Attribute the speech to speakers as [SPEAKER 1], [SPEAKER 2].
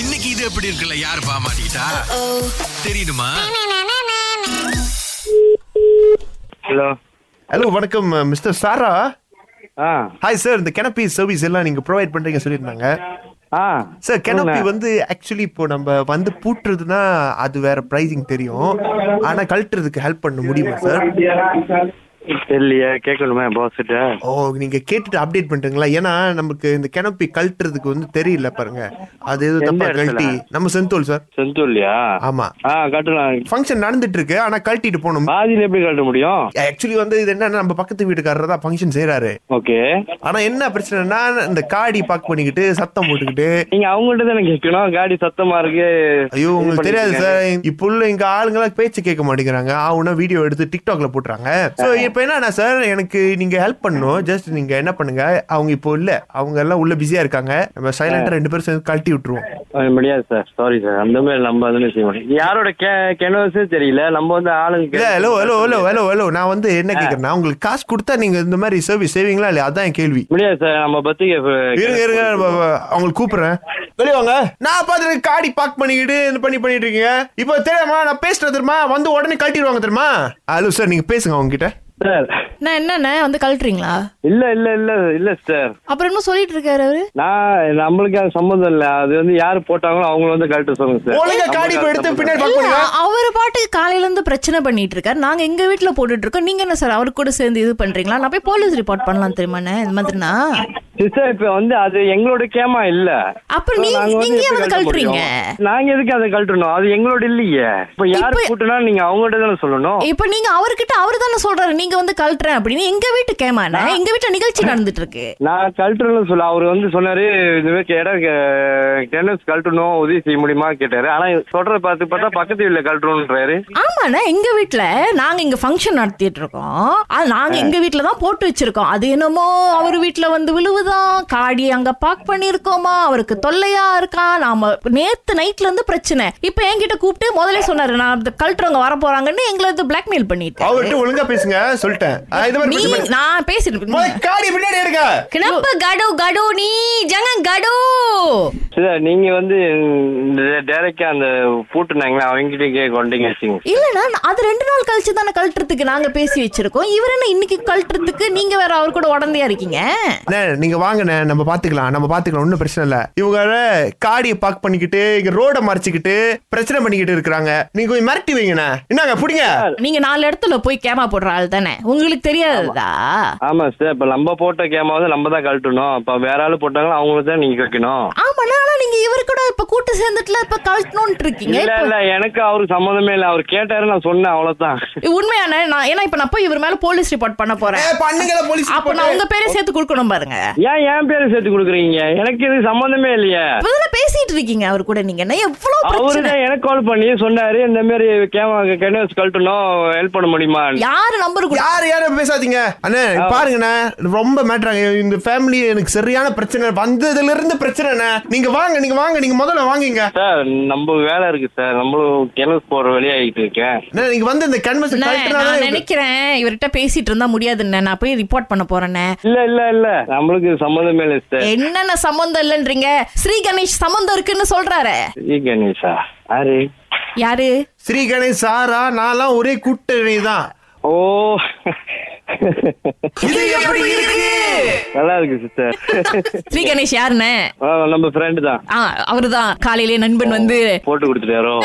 [SPEAKER 1] இன்னைக்கு இது எப்படி இருக்குல்ல யார் பாமாட்டா தெரியுமா
[SPEAKER 2] ஹலோ
[SPEAKER 3] ஹலோ வணக்கம் மிஸ்டர் சாரா
[SPEAKER 2] ஆ
[SPEAKER 3] ஹாய் சார் இந்த கெனப்பி சர்வீஸ் எல்லாம் நீங்க ப்ரொவைட் பண்றீங்க சொல்லியிருந்தாங்க
[SPEAKER 2] ஆ
[SPEAKER 3] சார் கெனப்பி வந்து ஆக்சுவலி இப்போ நம்ம வந்து பூட்டுறதுன்னா அது வேற ப்ரைசிங் தெரியும் ஆனா கழட்டுறதுக்கு ஹெல்ப் பண்ண முடியுமா சார்
[SPEAKER 2] தெரியலையே கேட்கணுமே பாஸ் கிட்ட
[SPEAKER 3] ஓ நீங்க கேட்டுட்டு அப்டேட் பண்ணிட்டுங்களா ஏன்னா நமக்கு இந்த கெனப்பி கழட்டுறதுக்கு வந்து தெரியல பாருங்க அது ஏதோ
[SPEAKER 2] எந்த
[SPEAKER 3] தப்பா
[SPEAKER 2] இடத்துல?
[SPEAKER 3] கழட்டி நம்ம செந்தோல் சார்
[SPEAKER 2] செஞ்சோல்லையா
[SPEAKER 3] ஆமா
[SPEAKER 2] ஆ கட்டலாம்
[SPEAKER 3] ஃபங்க்ஷன் நடந்துட்டு இருக்கு ஆனா கழட்டிட்டு போகணும்
[SPEAKER 2] பாதியில் எப்படி கட்ட முடியும்
[SPEAKER 3] ஆக்சுவலி வந்து இது என்னன்னா நம்ம பக்கத்து வீட்டுக்காரர் தான் ஃபங்க்ஷன் செய்றாரு
[SPEAKER 2] ஓகே
[SPEAKER 3] ஆனா என்ன பிரச்சனைனா இந்த காடி பாக் பண்ணிக்கிட்டு சத்தம் போட்டுக்கிட்டு
[SPEAKER 2] நீங்க அவங்கள்ட்ட தானே கேட்கணும் காடி சத்தமா இருக்கு
[SPEAKER 3] ஐயோ
[SPEAKER 2] இது
[SPEAKER 3] உங்களுக்கு
[SPEAKER 2] பண்ணிட்டு
[SPEAKER 3] தெரியாது
[SPEAKER 2] இருக்காங்க.
[SPEAKER 3] சார் இப்போ உள்ள இங்க ஆளுங்களாம் பேச்சு கேட்க மாட்டேங்கிறாங்க ஆவுனா வீடியோ எடுத்து டிக்டாக்ல போட்டுறாங்க சோ இப்போ என்னன்னா சார் எனக்கு நீங்க ஹெல்ப் பண்ணணும் ஜஸ்ட் நீங்க என்ன பண்ணுங்க அவங்க இப்போ இல்ல அவங்க எல்லாம் உள்ள பிஸியா இருக்காங்க நம்ம சைலண்டா ரெண்டு பேரும் சேர்ந்து கழட்டி விட்டுருவோம்
[SPEAKER 2] ஆ, முடியாது சார் சாரி சார் அந்த மாதிரி நம்ம அதுல செய்ய முடியும் யாரோட கெனவஸே தெரியல நம்ம வந்து ஆளுங்க
[SPEAKER 3] இல்ல hello hello hello hello hello நான் வந்து என்ன கேக்குறேன்னா உங்களுக்கு காசு கொடுத்தா நீங்க இந்த மாதிரி சர்வீஸ் செய்வீங்களா இல்லையா அதான் என் கேள்வி
[SPEAKER 2] முடியாது சார் நம்ம பத்தி
[SPEAKER 3] இருங்க இருங்க நம்ம அவங்களுக்கு கூப்பிடுறேன் வெளியே வாங்க நான் பார்த்துட்டு காடி பார்க் பண்ணிக்கிட்டு இது பண்ணி பண்ணிட்டு இருக்கீங்க இப்போ தெரியாமா நான் பேசுறேன் தெரியுமா வந்து உடனே கழட்டிடுவாங்க தெரியுமா ஹலோ சார் நீங்க பேசுங்க அவங்க கிட்ட
[SPEAKER 2] சார்
[SPEAKER 4] நான் என்னண்ணே வந்து கழட்டுறீங்களா
[SPEAKER 2] இல்ல இல்ல இல்ல இல்ல சார்
[SPEAKER 4] அப்புறம் என்ன சொல்லிட்டு இருக்காரு அவரு
[SPEAKER 2] நான் நம்மளுக்கு அது சம்மந்தம் இல்ல அது வந்து யாரு போட்டாங்களோ அவங்கள வந்து கரெக்ட் சொல்லுங்க சார்
[SPEAKER 3] ஒழுங்கா காடி இப்போ எடுத்து பின்னாடி பார்க்
[SPEAKER 4] இல்ல
[SPEAKER 3] பண்ணுங்க
[SPEAKER 4] அவரு பாட்டுக்கு காலையில இருந்து பிரச்சனை பண்ணிட்டு இருக்காரு நாங்க எங்க வீட்ல போட்டுட்டு இருக்கோம் நீங்க என்ன சார் அவரு கூட சேர்ந்து இது பண்றீங்களா நான் போய் போலீஸ் ரிப்போர்ட் பண்ணலாம் தெரியுமாண்ணே இந்த மாதிரினா
[SPEAKER 2] சிஸ்டர் இப்ப வந்து அது எங்களோட கேமா இல்ல
[SPEAKER 4] அப்புறம் நீ-
[SPEAKER 2] நாங்க
[SPEAKER 4] நீங்க ஏன்
[SPEAKER 2] எப்படி
[SPEAKER 4] வந்து
[SPEAKER 2] கழட்ட
[SPEAKER 4] கழட்டுறீங்க?
[SPEAKER 2] முடியும்? நாங்க எதுக்கு அதை கழட்டணும் அது எங்களோட இல்லையே இப்ப யாரு
[SPEAKER 4] இப்ப-
[SPEAKER 2] கூட்டினா நீங்க அவங்கள்ட்ட தானே சொல்லணும்
[SPEAKER 4] இப்ப நீங்க அவர்கிட்ட அவரு தானே சொல்றாரு நீங்க வந்து கழட்டுறேன் அப்படின்னு எங்க வீட்டு கேமாண்ணே எங்க வீட்டுல நிகழ்ச்சி நடந்துட்டு இருக்கு
[SPEAKER 2] நான் கழட்டணும்னு சொல்ல அவர் வந்து சொன்னாரு இந்த மாதிரி கேட்டா டென்னஸ் கழட்டணும் உதவி செய்ய முடியுமா கேட்டாரு ஆனா சொல்றத பார்த்து பார்த்தா பக்கத்து வீட்டுல கழட்டணும்ன்றாரு
[SPEAKER 4] ஆமாண்ணே எங்க வீட்ல நாங்க இங்க ஃபங்க்ஷன் நடத்திட்டு இருக்கோம் அது நாங்க எங்க வீட்ல தான் போட்டு வச்சிருக்கோம் அது என்னமோ அவர் வீட்ல வந்து விழுவுதான் காடி அங்க பார்க் பண்ணிருக்கோமா அவருக்கு தொல்லையா இருக்கா நாம நேத்து நைட்ல இருந்து பிரச்சனை இப்ப என்கிட்ட கூப்பிட்டு முதல்ல சொன்னாரு நான் இந்த கழட்டுறவங்க வர போறாங்கன்னு எங்களை வந்து பிளாக்மெயில் பண்ணிட்டு
[SPEAKER 3] அவர்கிட்ட ஒழுங்கா பேசுங்க சொல்லிட்டேன் ஆ, இது மாதிரி
[SPEAKER 4] நீ
[SPEAKER 3] பேசு, பேசு.
[SPEAKER 4] நான் பேசிட்டு
[SPEAKER 3] முத
[SPEAKER 4] இருக்கேன்.
[SPEAKER 3] காடி பின்னாடி எடுங்க
[SPEAKER 4] கிணப்பு கடு கடு நீ ஜங்க கடு
[SPEAKER 2] சரி நீங்க வந்து டைரக்டா அந்த பூட்டுனாங்களே அவங்ககிட்ட கேட்க கொண்டீங்க வச்சுங்க
[SPEAKER 4] இல்லண்ணா அது ரெண்டு நாள் கழிச்சு தானே கழட்டுறதுக்கு நாங்க பேசி வச்சிருக்கோம் இவர் என்ன இன்னைக்கு கழட்டுறதுக்கு நீங்க வேற அவர் கூட உடந்தையா இருக்கீங்க
[SPEAKER 3] அண்ணே, நீங்க வாங்கண்ணே நம்ம பாத்துக்கலாம் நம்ம பாத்துக்கலாம் ஒன்றும் பிரச்சனை இல்ல இவங்க வேற காடியை பார்க் பண்ணிக்கிட்டு இங்க ரோட மறைச்சிக்கிட்டு பிரச்சனை பண்ணிக்கிட்டு இருக்காங்க நீங்க கொஞ்சம் மிரட்டி வைங்கண்ணே என்னங்க பிடிங்க
[SPEAKER 4] நீங்க நாலு இடத்துல போய் கேமா போடுற ஆள் தானே உங்களுக்கு தெரியாததா
[SPEAKER 2] ஆமா சார் இப்ப நம்ம போட்ட கேமா வந்து நம்ம தான் கழட்டணும் இப்ப வேற ஆளு போட்டாங்களோ அவங்களுக்கு தான் நீங்க வைக்கணும்
[SPEAKER 4] ஆமாண்ணா ஆனா நீங்க இவரு கூட இப்ப கூட்டு சேர்ந்துட்டுல இப்ப கழட்டணும்னு இருக்கீங்க
[SPEAKER 2] இல்ல
[SPEAKER 4] இப்ப
[SPEAKER 2] இல்ல எனக்கு அவருக்கு சம்மந்தமே இல்ல அவர் கேட்டாரு நான் சொன்னேன் அவ்வளவுதான்
[SPEAKER 4] உண்மையான நான் ஏன்னா இப்ப நான் போய் இவர் மேல போலீஸ் ரிப்போர்ட் பண்ண போறேன்
[SPEAKER 3] பண்ணுங்களா போலீஸ்
[SPEAKER 4] அப்ப நான் உங்க பேரே சேர்த்து கொடுக்கணும் பாருங்க
[SPEAKER 2] ஏன் என் பேரை சேர்த்து கொடுக்குறீங்க எனக்கு இது சம்மந்தமே இல்லையே
[SPEAKER 4] இப்பதானே பேசிட்டு இருக்கீங்க அவர் கூட நீங்க என்ன எவ்வளவு
[SPEAKER 2] அவரு
[SPEAKER 4] பிரச்சனை
[SPEAKER 2] தான் எனக்கு கால் பண்ணி சொன்னாரு இந்த மாதிரி கேமரா கெனவஸ் கழட்டணும் ஹெல்ப் பண்ண முடியுமா
[SPEAKER 4] யாரு நம்பர் கூட
[SPEAKER 3] யார் யாரும் பேசாதீங்க அண்ணே பாருங்கண்ணே ரொம்ப மேட்ராங்க இந்த ஃபேமிலி எனக்கு சரியான பிரச்சனை வந்ததுல இருந்து பிரச்சனைண்ணே நீங்க வாங்க நீங்க வாங்க நீங்க முதல்ல வாங்குங்க
[SPEAKER 2] சார் நம்ம வேலை இருக்கு சார் நம்மளும் கெனவஸ் போற வழியாகிட்டு இருக்கேன்
[SPEAKER 3] அண்ணே, நீங்க வந்து இந்த கேன்வஸ்
[SPEAKER 4] அண்ணே, நான் நினைக்கிறேன் இவர்கிட்ட பேசிட்டு இருந்தா முடியாதுன்னு நான் போய் ரிப்போர்ட் பண்ண போறேன்னு
[SPEAKER 2] இல்ல இல்ல இல்ல நம்மளுக்கு இது சம்மந்தமே இல்லை சார்
[SPEAKER 4] என்னென்ன சம்மந்தம் இல்லன்றீங்க ஸ்ரீ கணேஷ் சம்மந்தம் இருக்குன்னு சொல்றாரு
[SPEAKER 2] ஜி கணேஷா யாரு
[SPEAKER 4] யாரு
[SPEAKER 3] ஸ்ரீ கணேஷ் சாரா நான்லாம் ஒரே கூட்டணி தான்
[SPEAKER 2] ஓ
[SPEAKER 3] இது எப்படி இருக்கு
[SPEAKER 2] நல்லா இருக்கு சிஸ்டர்
[SPEAKER 4] ஸ்ரீ கணேஷ் யாருன்னு
[SPEAKER 2] ஆ, நம்ம ஃப்ரெண்டு தான்
[SPEAKER 4] ஆ அவர்தான் காலையிலே நண்பன் வந்து
[SPEAKER 2] போட்டு கொடுத்துட்டாரோ